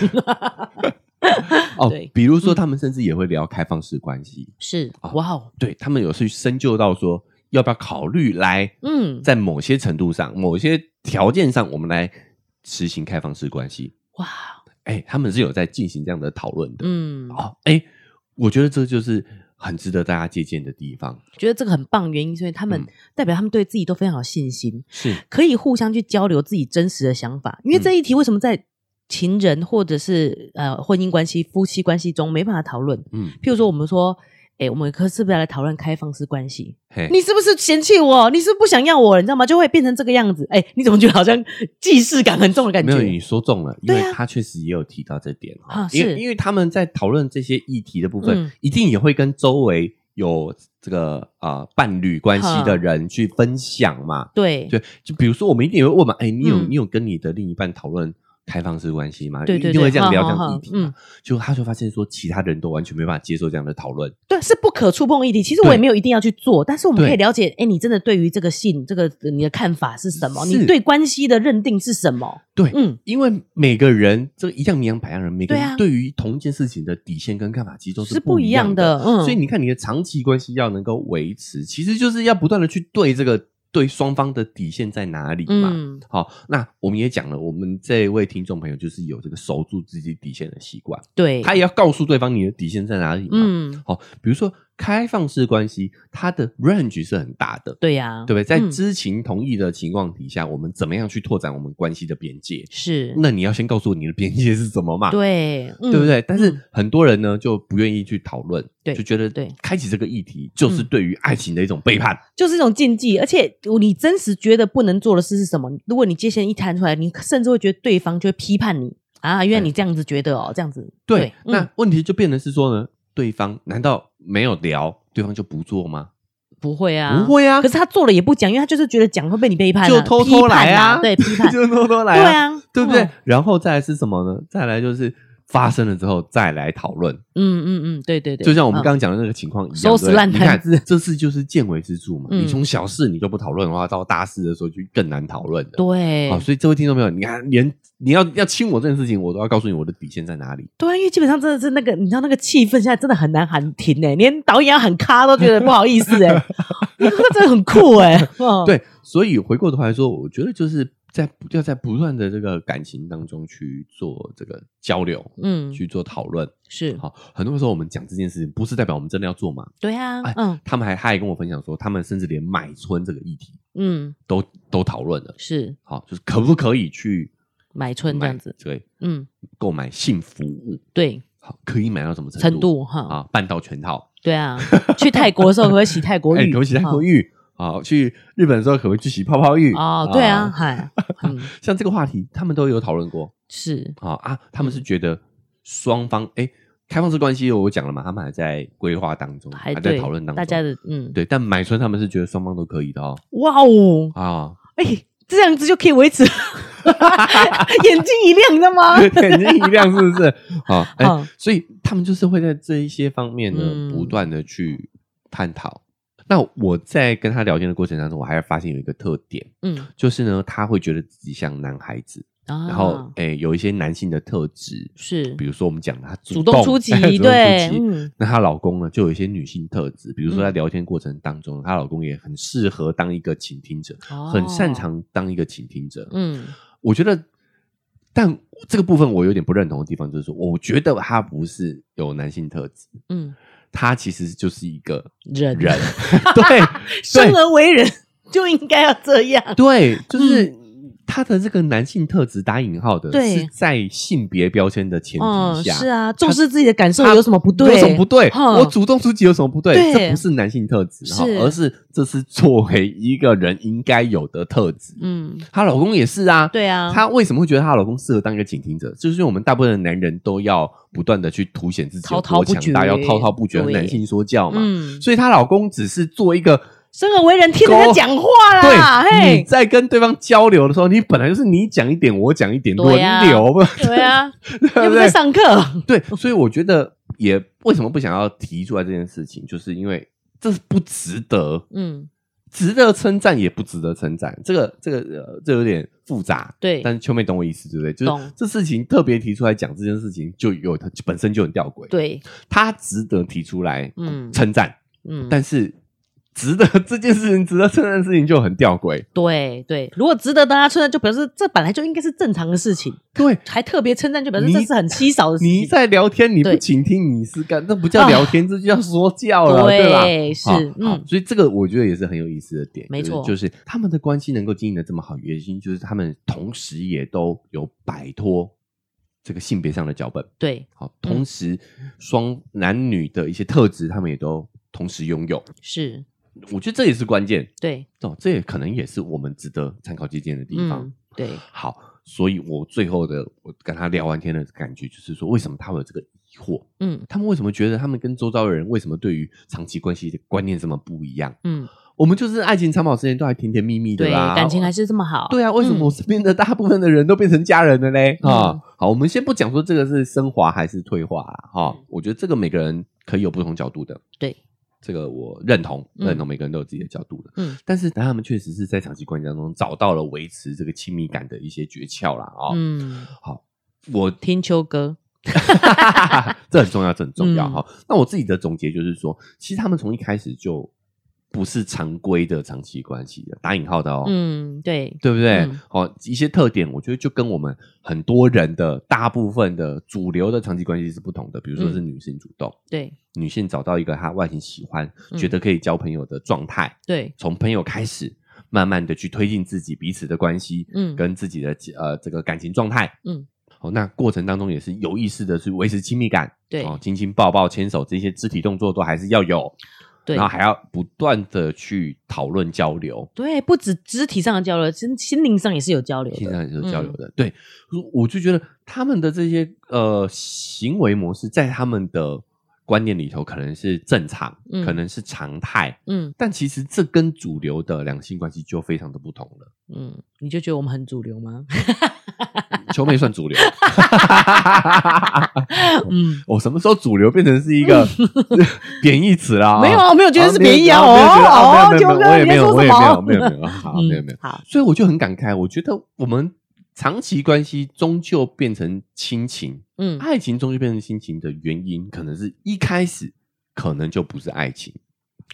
A: 哦
B: 对，嗯
A: 比如说他们甚至也会聊开放式关系，
B: 是，
A: 啊
B: 哇哦，
A: 对他们有去深究到说要不要考虑来
B: 嗯，
A: 在某些程度上、某些条件上，我们来实行开放式关系。
B: 哇，
A: 哎，他们是有在进行这样的讨论的。
B: 嗯，
A: 哦，哎，我觉得这就是很值得大家借鉴的地方。
B: 觉得这个很棒，原因是因为他们
A: 嗯
B: 代表他们对自己都非常有信心，
A: 是，
B: 可以互相去交流自己真实的想法。因为这一题为什么在情人或者是呃婚姻关系、夫妻关系中没办法讨论？
A: 嗯，
B: 譬如说，我们说，哎、我们可是不是要来讨论开放式关系？
A: 嘿，
B: 你是不是嫌弃我？你是不是不想要我？你知道吗？就会变成这个样子。哎、你怎么觉得好像既视感很重的感
A: 没有
B: 觉
A: 你？说中了，因
B: 对
A: 为
B: 啊
A: 他确实也有提到这点哦
B: 啊
A: 因为
B: 是
A: 因为他们在讨论这些议题的部分，
B: 嗯
A: 一定也会跟周围有这个啊、呃伴侣关系的人去分享嘛。
B: 对
A: 对，就比如说我们一定也会问嘛，哎，你有、
B: 嗯
A: 你有跟你的另一半讨论？开放式关系吗？
B: 对对
A: 一定
B: 对
A: 会这样聊这
B: 好
A: 样
B: 好
A: 的
B: 好
A: 议题嘛
B: 嗯？
A: 就他就发现说，其他人都完全没办法接受这样的讨论。
B: 对，是不可触碰的议题。其实我
A: 对
B: 也没有一定要去做，但是我们
A: 对
B: 可以了解，哎、你真的对于这个性，这个呃你的看法是什么？
A: 是
B: 你对关系的认定是什么？
A: 对，
B: 嗯，
A: 因为每个人这个一样米养百样人，每个
B: 对啊
A: 人对于同一件事情的底线跟看法其实都
B: 是
A: 不
B: 不
A: 一
B: 一
A: 样
B: 样
A: 的。
B: 的。嗯，
A: 所以你看，你的长期关系要能够维持，其实就是要不断的去对这个对双方的底线在哪里嘛。
B: 嗯，
A: 好，那我们也讲了，我们这位听众朋友就是有这个守住自己底线的习惯，
B: 对，
A: 他也要告诉对方你的底线在哪里嘛。
B: 嗯
A: 好，比如说开放式关系它的 range 是很大的，
B: 对呀、
A: 对不对？在
B: 嗯
A: 知情同意的情况底下，我们怎么样去拓展我们关系的边界？
B: 是，
A: 那你要先告诉我你的边界是什么嘛？
B: 对，对
A: 对不对？但是
B: 嗯
A: 很多人呢就不愿意去讨论，
B: 对
A: 就觉得
B: 对嗯
A: 开启这个议题就是对于爱情的一种背叛。
B: 就是一种禁忌，而且呃你真实觉得不能做的事是什么？如果你界限一摊出来，你甚至会觉得对方就会批判你啊，原来你这样子觉得哦，这样子
A: 对，
B: 嗯
A: 那问题就变成是说呢，对方难道没有聊，对方就不做吗？
B: 不会啊，
A: 不会啊
B: 可是他做了也不讲，因为他就是觉得讲会被你背叛啊、
A: 就偷偷来
B: 批判
A: 啊， (laughs)
B: 对，批判，
A: 就偷偷来、
B: 对，啊，
A: 对不对？
B: 嗯
A: 然后再来是什么呢？再来就是发生了之后再来讨论，
B: 嗯嗯嗯，对对对，
A: 就像我们
B: 嗯
A: 刚刚讲的那个情况一样，
B: 收拾
A: 对不对
B: 烂
A: 你
B: 摊
A: 看
B: 子
A: 这次就是见微知著嘛。
B: 嗯
A: 你从小事你都不讨论的话，到大事的时候就更难讨论的。
B: 对
A: 好，所以这位听众朋友，你看，连你要要亲我这件事情，我都要告诉你我的底线在哪里。
B: 对啊，因为基本上真的是那个，你知道那个气氛现在真的很难喊停哎、连导演要喊咔都觉得不好意思哎、
A: (laughs)
B: (laughs) 那真的很酷哎、嗯，
A: 对，所以回过头来说，我觉得就是在要在不断的这个感情当中去做这个交流，
B: 嗯，
A: 去做讨论。
B: 是，
A: 好，很多时候我们讲这件事情，不是代表我们真的要做嘛。
B: 对啊
A: 哎，
B: 嗯
A: 他们还他还跟我分享说，他们甚至连买春这个议题
B: 嗯，
A: 都都讨论了。
B: 是
A: 好，就是可不可以去
B: 买春这
A: 买
B: 样子，
A: 对，
B: 嗯，
A: 购买性服务，
B: 对，
A: 好，可以买到什么程度？
B: 程度哈，
A: 啊，半到全套。
B: 对啊，去泰国
A: (laughs)
B: 的时候可不可以洗泰国
A: 哎，
B: 浴，
A: 可不可以洗泰国
B: 浴
A: 浴？好，啊去日本的时候可不可以去洗泡泡浴？
B: 哦，对啊，，嗨，嗯，
A: 像这个话题，他们都有讨论过。
B: 是，
A: 好啊，他们是觉得双方哎，开放式关系我讲了嘛，他们还在规划当中，
B: 还
A: 还
B: 对
A: 在讨论当中。
B: 大家的嗯，
A: 对，但买春他们是觉得双方都可以的哦。
B: 哇哦， (laughs)
A: 啊，
B: 哎，这样子就可以维持， (laughs) 眼睛一亮，你知道
A: (laughs)
B: 吗？
A: 眼睛一亮是不是？好，哎
B: 嗯，
A: 所以他们就是会在这一些方面
B: 嗯
A: 呢，不断的去探讨。那我在跟他聊天的过程当中，我还发现有一个特点，
B: 嗯，
A: 就是呢，他会觉得自己像男孩子，
B: 然
A: 然
B: 嗯
A: 后诶、有一些男性的特质，
B: 是
A: 比如说我们讲的他
B: 主
A: 动 (laughs)
B: 动出击
A: 主动出，
B: 对，
A: 击
B: 嗯，
A: 那她老公呢，就有一些女性特质，比如说
B: 嗯
A: 在聊天过程当中，她、老公也很适合当一个倾听者，
B: 哦
A: 很擅，长当一个倾听者。
B: 嗯，
A: 我觉得，但这个部分我有点不认同的地方，就是说，我觉得他不是有男性特质，
B: 嗯，
A: 他其实就是一个
B: 人 (laughs)
A: 人，对
B: 生而为人就应该要这样，
A: 对，就是。他的这个男性特质打引号的，
B: 嗯对
A: 是在性别标签的前
B: 嗯，
A: 提下，
B: 是啊，重视自己的感受有什么不对？
A: 有什么不对？
B: 哼
A: 我主动出击有什么不对？
B: 对
A: 这不是男性特质哈
B: 是，
A: 而是这是作为一个人应该有的特质。
B: 嗯，
A: 她老公也是啊，
B: 对啊，
A: 她为什么会觉得她老公适合当一个倾听者？就是因为我们大部分的男人都要不断的去凸显自己有
B: 滔滔
A: 多
B: 不绝
A: 强大，要滔滔不绝的
B: 对
A: 男性说教嘛。
B: 嗯，
A: 所以她老公只是做一个。
B: 生而为人，听人家讲话啦，
A: 对，你
B: 嘿，
A: 在跟对方交流的时候，你本来就是你讲一点，我讲一点，轮
B: 对啊
A: 流嘛，
B: 对
A: (laughs)
B: 啊，
A: 对不
B: 又不
A: 对
B: 在？上课，
A: 对，所以我觉得也为什么不想要提出来这件事情，就是因为这是不值得，
B: 嗯，
A: 值得称赞也不值得称赞，这个这个呃，这有点复杂。
B: 对
A: 但是秋妹懂我意思，对不对？就是
B: 懂
A: 这事情特别提出来讲这件事情，就有它本身就很吊诡。，
B: 对，
A: 它值得提出来
B: 嗯
A: 称赞，
B: 嗯，
A: 但是值得这件事情值得称赞的事情就很吊诡。
B: 对对，如果值得大家称赞，就表示这本来就应该是正常的事情，
A: 对，
B: 还特别称赞，就表示
A: 你
B: 这是很稀少的事
A: 你
B: 情。
A: 在聊天，你不
B: 对哦
A: 倾听，你是干，这不叫聊天，这就叫说教了，
B: (laughs) 对
A: 对吧？
B: 是
A: 好
B: 嗯
A: 好所以这个我觉得也是很有意思的点，
B: 没错
A: 就是就是他们的关系能够经营的这么好，原因就是他们同时也都有摆脱这个性别上的脚本，
B: 对，
A: 好，同时双男女的一些特质，他们也都同时拥有，
B: 是，
A: 我觉得这也是关键
B: 对，
A: 哦，这也可能也是我们值得参考借鉴的地方。
B: 嗯，对，
A: 好，所以我最后的我跟他聊完天的感觉就是说，为什么他会有这个疑惑？
B: 嗯
A: 他们为什么觉得他们跟周遭的人为什么对于长期关系的观念这么不一样？
B: 嗯，
A: 我们就是爱情长跑时间都还甜甜蜜蜜的
B: 对，
A: 啦，
B: 感情还是这么好。
A: 对啊，为什么我
B: 嗯
A: 身边的大部分的人都变成家人了嘞？啊、
B: 嗯
A: 好，我们先不讲说这个是升华还是退化啦，哈、我觉得这个每个人可以有不同角度的，
B: 嗯对，
A: 这个我认同，
B: 嗯
A: 认同每个人都有自己的角度的，
B: 嗯
A: 但是他们确实是在长期关系当中找到了维持这个亲密感的一些诀窍啦，啊、
B: 嗯，
A: 好，我
B: 听秋歌，
A: (laughs) 这很重要，这很重要
B: 嗯
A: 哈、那我自己的总结就是说，其实他们从一开始就不是常规的长期关系的，打引号的哦，
B: 嗯，对，
A: 对不对
B: 嗯？
A: 好、一些特点，我觉得就跟我们很多人的大部分的主流的长期关系是不同的。比如说
B: 嗯
A: 是女性主动，
B: 对，
A: 女性找到一个她外形喜欢、
B: 嗯
A: 觉得可以交朋友的状态，
B: 对，
A: 从朋友开始，慢慢的去推进自己彼此的关系，
B: 嗯
A: 跟自己的呃这个感情状态，
B: 嗯。
A: 哦，那过程当中也是有意识的去维持亲密感，
B: 对
A: 哦，亲亲抱抱、牵手这些肢体动作都还是要有，
B: 对
A: 然后还要不断的去讨论交流，
B: 对，不止肢体上的交流，心心灵上也是有交流
A: 现
B: 的。嗯
A: 在是有交流的。对，我就觉得他们的这些呃行为模式，在他们的观念里头可能是正常，
B: 嗯
A: 可能是常态，
B: 嗯
A: 但其实这跟主流的两性关系就非常的不同了。
B: 嗯，你就觉得我们很主流吗？
A: 球妹算主流，
B: (laughs) 嗯，
A: (laughs) 我什么时候主流变成是一
B: (laughs)
A: 个贬义词啦？
B: 没有啊，我没有觉得是
A: 没有
B: 便宜啊，
A: 没有觉得啊
B: 哦
A: 没有没有没有我
B: 哦，
A: 也没有，我
B: 九哥
A: 也没
B: 你在说
A: 有，
B: 什么嗯
A: 没有没有，
B: (laughs)
A: 好，没有没有。
B: 好，
A: 所以我就很感慨，我觉得我们长期关系终究变成亲情，
B: 嗯
A: 爱情终究变成亲情的原因，可能是一开始可能就不是爱情，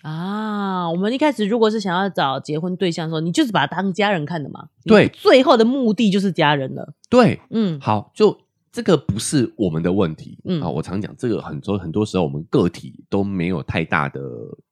B: 啊，我们一开始如果是想要找结婚对象的时候，你就是把他当家人看的嘛。
A: 对
B: 你最后的目的就是家人了。
A: 对，
B: 嗯
A: 好，就这个不是我们的问题。
B: 嗯
A: 嗯，啊，我常讲这个很多很多时候，我们个体都没有太大的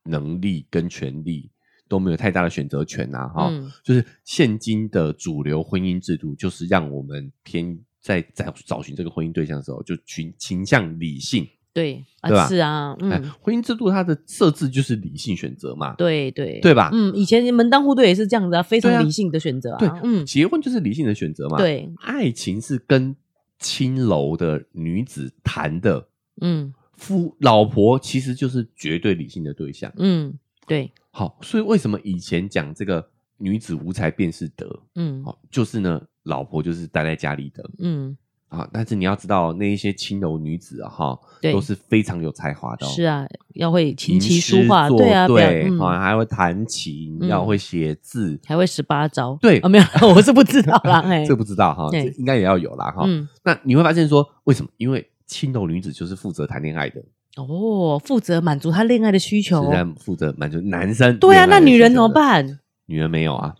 A: 能力跟权利，都没有太大的选择权啊。哈、
B: 嗯
A: 就是现今的主流婚姻制度，就是让我们偏在在找寻这个婚姻对象的时候，就倾倾向理性。
B: 对
A: 对
B: 啊，
A: 吧
B: 是啊，
A: 哎
B: 嗯，，
A: 婚姻制度它的设置就是理性选择嘛。
B: 对对
A: 对吧
B: 嗯，以前门当户对也是这样子啊，非
A: 对
B: 常
A: 啊
B: 理性的选择啊。
A: 对
B: 嗯，
A: 结婚就是理性的选择嘛。，
B: 对，
A: 爱情是跟青楼的女子谈的。
B: 嗯
A: 夫老婆其实就是绝对理性的对象。
B: 嗯，对，
A: 好，所以为什么以前讲这个女子无才便是德？
B: 嗯
A: 好，就是呢，老婆就是待在家里的
B: 嗯，
A: 啊。但是你要知道，那一些青楼女子啊，哈，
B: 对
A: 都是非常有才华的、哦，
B: 是啊，要会琴
A: 吟
B: 棋
A: 诗
B: 书画，
A: 作
B: 对啊，表
A: 对，
B: 嗯
A: 好、还会弹琴，
B: 嗯
A: 要会写字，
B: 还会十八招。
A: 对
B: 啊，没有， (laughs) 我是不知道
A: (laughs)
B: 啦。哎，
A: 这不知道哈，这
B: 对
A: 应该也要有啦哈。
B: 嗯
A: 那你会发现说，为什么？因为青楼女子就是负责谈恋爱的，
B: 哦，负责满足他恋爱的需求哦
A: 是。在负责满足男生。
B: 对啊，
A: 恋爱
B: 那
A: 的
B: 女人
A: 需
B: 怎
A: 求
B: 么
A: 的？
B: 办？
A: 女人没有
B: (laughs)
A: 啊，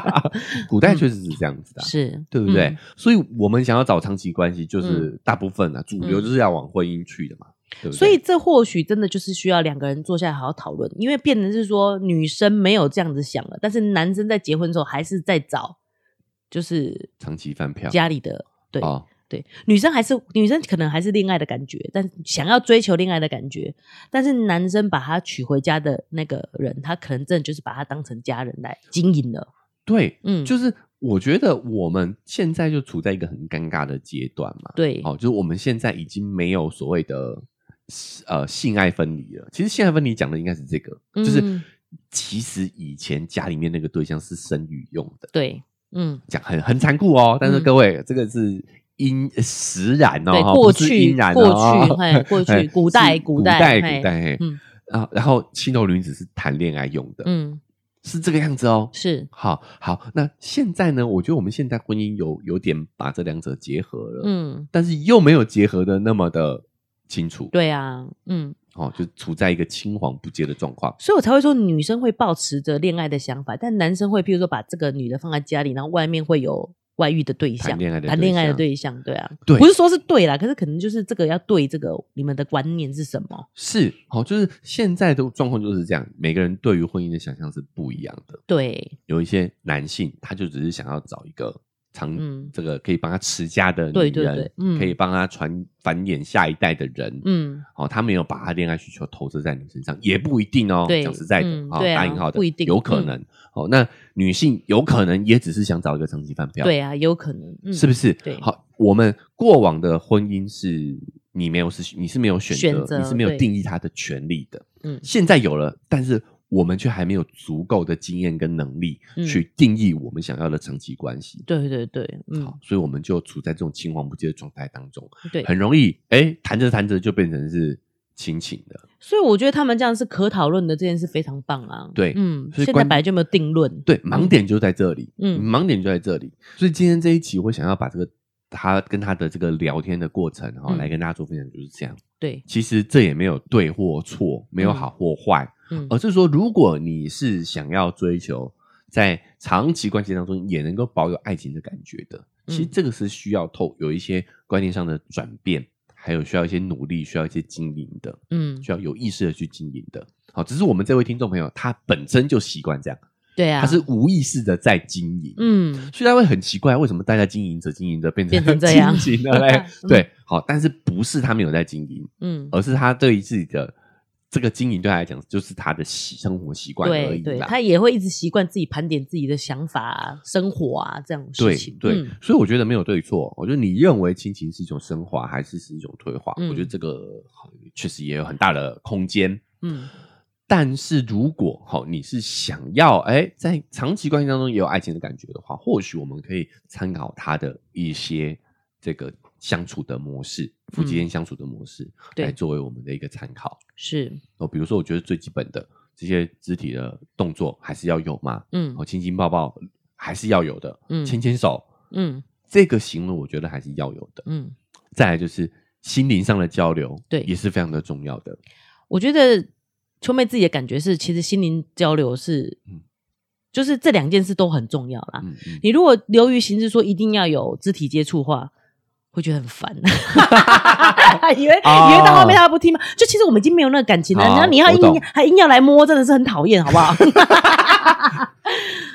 A: (laughs) 古代确实是这样子的啊、
B: 是，
A: 对不对？
B: 嗯
A: 所以我们想要找长期关系，就是大部分啊，主流就是要往婚姻去的嘛，对不对？
B: 嗯所以这或许真的就是需要两个人坐下来好好讨论，因为变成是说女生没有这样子想了，但是男生在结婚之后还是在找，就是
A: 长期饭票
B: 家里的对、
A: 哦，
B: 对，女生还是女生可能还是恋爱的感觉，但想要追求恋爱的感觉，但是男生把她娶回家的那个人，他可能真的就是把她当成家人来经营了，
A: 对，
B: 嗯，
A: 就是我觉得我们现在就处在一个很尴尬的阶段嘛，
B: 对，
A: 哦，就是我们现在已经没有所谓的呃性爱分离了。其实性爱分离讲的应该是这个，就是
B: 嗯
A: 其实以前家里面那个对象是生育用的。
B: 对，嗯，
A: 讲很很残酷哦，但是
B: 嗯
A: 各位，这个是因呃实然哦，
B: 对
A: 哈
B: 过
A: 不是
B: 去
A: 因然哦
B: 过
A: (laughs)
B: 去
A: 嘿
B: 嘿过去古代
A: 是
B: 古
A: 古
B: 代
A: 代
B: 嘿
A: 古代，嘿
B: 嗯
A: 啊，然后青楼女子是谈恋爱用的，
B: 嗯
A: 是这个样子哦。
B: 是，
A: 好好，那现在呢？我觉得我们现在婚姻有有点把这两者结合了，
B: 嗯，
A: 但是又没有结合的那么的清楚，
B: 对啊，嗯。
A: 哦，就处在一个青黄不接的状况。
B: 所以我才会说女生会抱持着恋爱的想法，但男生会，譬如说把这个女的放在家里，然后外面会有外遇的对象，
A: 谈恋爱的对象
B: 谈恋爱的对象，对啊，
A: 对
B: 不是说是对啦，可是可能就是这个要对这个你们的观念是什么？
A: 是，好、就是现在的状况就是这样，每个人对于婚姻的想象是不一样的。
B: 对，
A: 有一些男性，他就只是想要找一个长、
B: 嗯
A: 这个可以帮他持家的女人，
B: 对对对嗯
A: 可以帮他传繁衍下一代的人。
B: 嗯，
A: 哦，他没有把他恋爱需求投射在你身上，也不一定哦。
B: 对
A: 讲实在的，
B: 嗯
A: 哦，
B: 对啊
A: 打引号的，
B: 不一定嗯
A: 有可能、哦。那女性有可能也只是想找一个长期饭票，、
B: 对啊，有可能，嗯、
A: 是不是？
B: 对
A: 好，我们过往的婚姻是你没有是你是没有选择，
B: 选择
A: 你是没有
B: 对
A: 定义他的权利的。
B: 嗯
A: 现在有了，但是我们却还没有足够的经验跟能力
B: 嗯
A: 去定义我们想要的长期关系。
B: 对对对，嗯
A: 好，，所以我们就处在这种青黄不接的状态当中，
B: 对，
A: 很容易哎谈着谈着就变成是亲情的。
B: 所以我觉得他们这样是可讨论的，这件事非常棒啊。
A: 对
B: 嗯，
A: 所以
B: 现在
A: 关
B: 本来就没有定论，
A: 对，盲点就在这里，
B: 嗯
A: 盲点就在这里。所以今天这一期，我想要把这个他跟他的这个聊天的过程哈、
B: 嗯
A: 来跟大家做分享就是这样。
B: 对，
A: 其实这也没有对或错，没有好或坏，
B: 嗯
A: 而是说，如果你是想要追求在长期关系当中也能够保有爱情的感觉的，其实
B: 嗯
A: 这个是需要透有一些观念上的转变，还有需要一些努力，需要一些经营的，
B: 嗯，
A: 需要有意识的去经营的。好，只是我们这位听众朋友他本身就习惯这样，
B: 对啊，
A: 他是无意识的在经营，
B: 嗯，
A: 所以他会很奇怪，为什么大家经营着经营着变成
B: 变成这样
A: 经营了
B: (laughs)
A: 嘞？对，好，但是不是他没有在经营，
B: 嗯，
A: 而是他对于自己的这个经营对他来讲就是他的习生活习惯而
B: 对
A: 已
B: 对，
A: 啦。
B: 他也会一直习惯自己盘点自己的想法、啊、生活啊这样的
A: 对
B: 事情。
A: 对，
B: 嗯
A: 所以我觉得没有对错。我觉得你认为亲情是一种升华，还是是一种退化？
B: 嗯
A: 我觉得这个好确实也有很大的空间。
B: 嗯
A: 但是如果好，你是想要哎，在长期关系当中也有爱情的感觉的话，或许我们可以参考他的一些这个相处的模式，夫妻间相处的模式，
B: 嗯对
A: 来作为我们的一个参考。
B: 是，
A: 哦，比如说，我觉得最基本的这些肢体的动作还是要有嘛，
B: 嗯
A: 哦，亲亲抱抱还是要有的，
B: 嗯
A: 牵牵手
B: 嗯
A: 这个行为我觉得还是要有的。
B: 嗯，
A: 再来就是心灵上的交流，
B: 对
A: 也是非常的重要的。
B: 我觉得秋妹自己的感觉是，其实心灵交流是，
A: 嗯
B: 就是这两件事都很重要啦。
A: 嗯嗯，
B: 你如果流于形式说一定要有肢体接触的话，会觉得
A: (laughs)
B: 很烦。以为、
A: 哦
B: 以为到后面他不听吗？就其实我们已经没有那个感情了，
A: 哦
B: 然后你要
A: 我懂
B: 硬还硬要来摸，真的是很讨厌，好不好？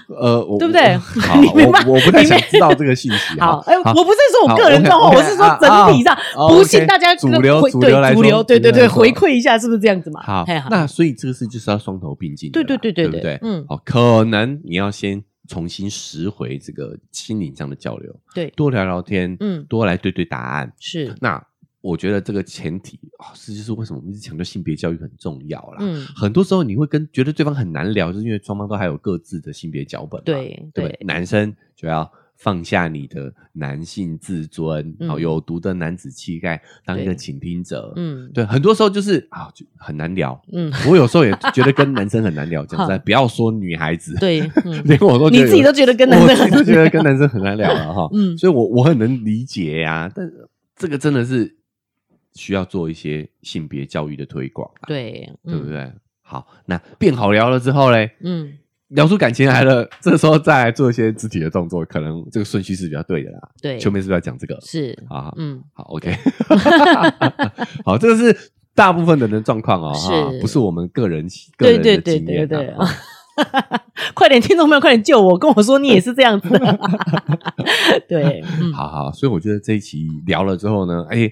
A: 呃，我
B: 对不对 (laughs)
A: 我好，
B: 你明白
A: 我我不太
B: 你
A: 想
B: 明
A: 知道这个信息。
B: (laughs) 好，
A: 好，
B: 哎、
A: 好
B: 我不是说我个人状
A: 好
B: 况，
A: ，OK，
B: 我是说整体上，
A: 哦
B: 不
A: OK，
B: 信大家
A: 主
B: 跟
A: 流
B: 回
A: 主
B: 对
A: 流来
B: 主
A: 说
B: 流，对
A: 主流
B: 对
A: 来
B: 对，
A: 说
B: 回馈一下，是不是这样子嘛？
A: 好
B: 嘿好，
A: 那所以这个事就是要双头并进的啦，
B: 对对对对
A: 对不
B: 对
A: 对？
B: 嗯
A: 好，可能你要先重新拾回这个心灵上的交流，
B: 对，
A: 多聊聊天，
B: 嗯
A: 多来对对答案，
B: 是，
A: 那我觉得这个前提啊，这、就是为什么我们一直强调性别教育很重要啦。
B: 嗯，
A: 很多时候你会跟觉得对方很难聊，就是因为双方都还有各自的性别脚本嘛。
B: 对
A: 对不
B: 对
A: 男生就要放下你的男性自尊，
B: 嗯
A: 好有独的男子气概，当一个
B: 对
A: 倾听者。
B: 嗯
A: 对，很多时候就是啊，就很难聊。
B: 嗯，
A: 我有时候也觉得跟男生很难聊，讲
B: (laughs)
A: 实在，不要说女孩子，
B: 对，
A: (laughs)
B: 嗯
A: 连我都觉
B: 你
A: 得
B: 自己都觉得跟男生
A: 我自 (laughs)
B: 很
A: 己都觉
B: 难聊
A: 得跟男生很难聊了哈。
B: 嗯
A: 所以我我很能理解呀、但是这个真的是需要做一些性别教育的推广、啊，
B: 对，
A: 对不
B: 嗯？
A: 对？好，那变好聊了之后嘞，
B: 嗯，
A: 聊出感情来了，这时候再来做一些肢体的动作，可能这个顺序是比较对的啦。
B: 对，
A: 秋妹是不是要讲这个？
B: 是，
A: 好好
B: 嗯，
A: 好，OK，好，这个是大部分的人的状况哦，哈
B: 是
A: 不是我们个人个
B: 对
A: 人
B: 对
A: 的
B: 对
A: 经验、
B: 对
A: 啊、
B: 对。快点，听众朋友，快点救我！跟我说你也是这
A: (laughs)
B: 样子 (laughs) 的，对，嗯，
A: 好好，所以我觉得这一期聊了之后呢，哎、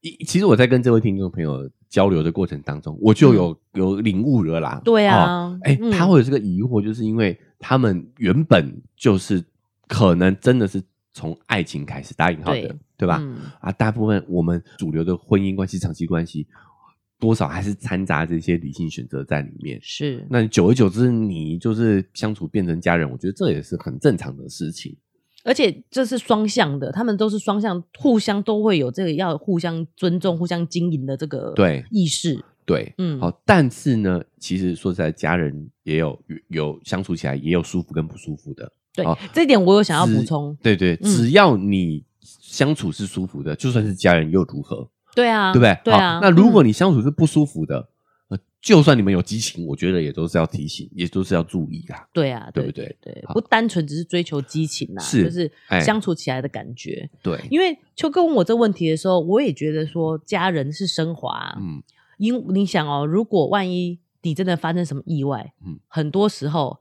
A: 一其实我在跟这位听众朋友交流的过程当中，我就有、有领悟了啦。
B: 嗯对
A: 哦，
B: 啊，
A: 哎、
B: 嗯
A: 他会有这个疑惑，就是因为他们原本就是可能真的是从爱情开始打引号的，
B: 对
A: 对吧？
B: 嗯
A: 啊，大部分我们主流的婚姻关系、长期关系，多少还是掺杂这些理性选择在里面。
B: 是，
A: 那你久而久之，你就是相处变成家人，我觉得这也是很正常的事情。
B: 而且这是双向的，他们都是双向，互相都会有这个要互相尊重、互相经营的这个
A: 对
B: 意识。
A: 对，
B: 嗯，
A: 好，，但是呢，其实说实在，家人也有有相处起来也有舒服跟不舒服的。
B: 对
A: 好，
B: 这一点我有想要
A: 只
B: 补充。
A: 对对，
B: 嗯
A: 只要你相处是舒服的，就算是家人又如何，
B: 对啊，
A: 对不对？
B: 对啊
A: 好。那如果
B: 嗯
A: 你相处是不舒服的，呃，就算你们有激情，我觉得也都是要提醒，也都是要注意啦。
B: 对啊，
A: 对不
B: 对
A: 对好
B: 不单纯只是追求激情呐，
A: 是
B: 就是
A: 哎
B: 相处起来的感觉。
A: 对，
B: 因为秋哥问我这问题的时候，我也觉得说家人是升华，啊
A: 嗯，
B: 因你想哦，如果万一你真的发生什么意外，
A: 嗯
B: 很多时候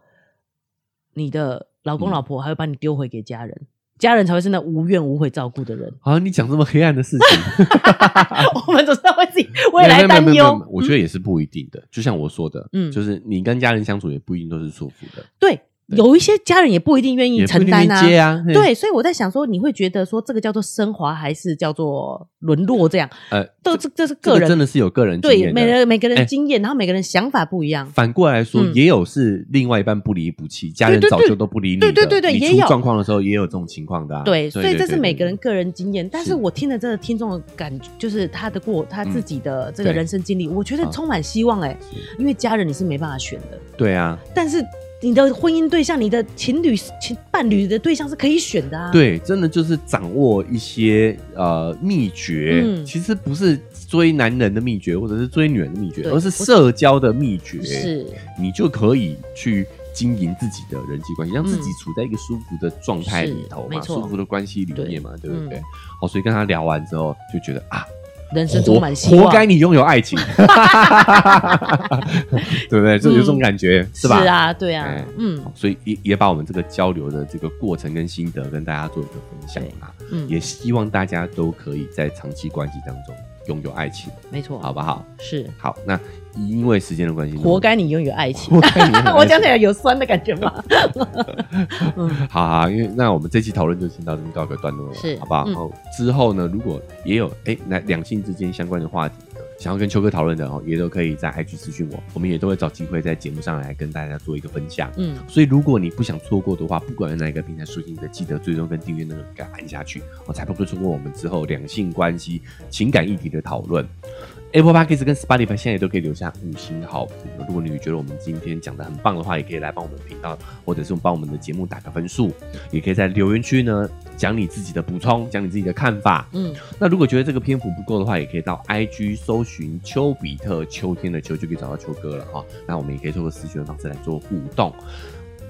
B: 你的老公
A: 嗯
B: 老婆还会把你丢回给家人，家人才会是那无怨无悔照顾的人。
A: 啊，你讲这么黑暗的
B: (laughs)
A: 事情，
B: 我们总是要为自己未来担
A: 啊没有没有没有没有
B: 忧
A: 没有。我觉得也是不一定的。就像我说的，
B: 嗯
A: 嗯，就是你跟家人相处也不一定都是舒服的，
B: 对，
A: 对
B: 有一些家人也不一定愿意
A: 也不一
B: 承
A: 定
B: 担
A: 能接啊。嘿，
B: 对，所以我在想说，你会觉得说这个叫做升华，还是叫做沦落？这样
A: 呃，
B: 都是这是
A: 这
B: 个人
A: 真的是有个人经
B: 对
A: 验的
B: 每人每个人
A: 哎
B: 经验，然后每个人想法不一样。
A: 反过来说，
B: 嗯
A: 也有是另外一半不离不弃，家人
B: 对对
A: 早
B: 对
A: 就都不理你的，
B: 对对对对
A: 你
B: 也
A: 出
B: 有
A: 状况的时候也有这种情况的啊。
B: 对，所以这
A: 对
B: 是
A: 对
B: 每个
A: 对
B: 人个人经验，但是
A: 是嗯
B: 我听了真的听众的感觉，就是他的过他自己的这个
A: 对
B: 人生经历，我觉得
A: 好
B: 充满希望哎、
A: 是
B: 因为家人你是没办法选的，
A: 对啊，
B: 但是你的婚姻对象、你的情侣、情伴侣的对象是可以选的啊。，
A: 对，真的就是掌握一些呃秘诀，
B: 嗯
A: 其实不是追男人的秘诀，或者是追女人的秘诀，
B: 对
A: 而是社交的秘诀。，
B: 是
A: 你就可以去经营自己的人际关系，让自己
B: 嗯
A: 处在一个舒服的状态里头
B: 是没
A: 嘛，
B: 错
A: 舒服的关系里面嘛，对
B: 对
A: 不对
B: 嗯？
A: 好，所以跟他聊完之后，就觉得啊，
B: 人生充
A: 活
B: 满希望，
A: 活该你拥有爱情， (laughs) 对不对？就有这种感觉，是吧？
B: 嗯啊，对啊，
A: 哎
B: 嗯
A: 所以也也把我们这个交流的这个过程跟心得跟大家做一个分享啊，
B: 嗯，
A: 也希望大家都可以在长期关系当中拥有爱情，
B: 没错，
A: 好不好？
B: 是
A: 好，那因为时间的关系，
B: 活该你拥有爱情。
A: 活该你拥有爱情
B: (laughs) 我讲起来有酸的感觉吗？
A: 好 (laughs) 好，好因为那我们这期讨论就先到这边告一个段落了，
B: 是
A: 好不好？
B: 嗯
A: 后之后呢，如果也有哎那两性之间相关的话题呢，想要跟秋哥讨论的哦，也都可以在 IG 私讯我，我们也都会找机会在节目上来跟大家做一个分享。
B: 嗯，
A: 所以如果你不想错过的话，不管在哪一个平台收听的，记得追踪跟订阅那个给它按下去，哦我才不会错过我们之后两性关系、情感议题的讨论。Apple (laughs) Podcast 跟 Spotify 现在也都可以留下五星好评。如果你觉得我们今天讲的很棒的话，也可以来帮我们频道，或者是帮我们的节目打个分数。也可以在留言区呢讲你自己的补充，讲你自己的看法。
B: 嗯，
A: 那如果觉得这个篇幅不够的话，也可以到 IG 搜寻丘比特秋天的秋，就可以找到秋哥了哈、那我们也可以透过私讯的方式来做互动。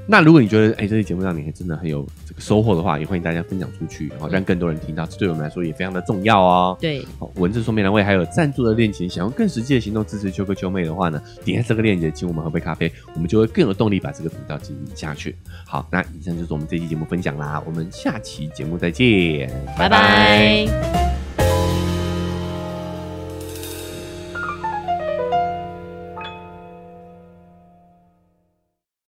A: 那如果你觉得哎、这期节目让你真的很有这个收获的话，也欢迎大家分享出去，然后让更多人听到，这对我们来说也非常的重要哦。
B: 对，
A: 好，文字说明栏位还有赞助的链接，想用更实际的行动支持秋哥秋妹的话呢，点下这个链接，请我们喝杯咖啡，我们就会更有动力把这个频道经营下去。好，那以上就是我们这期节目分享啦，我们下期节目再见，
B: 拜拜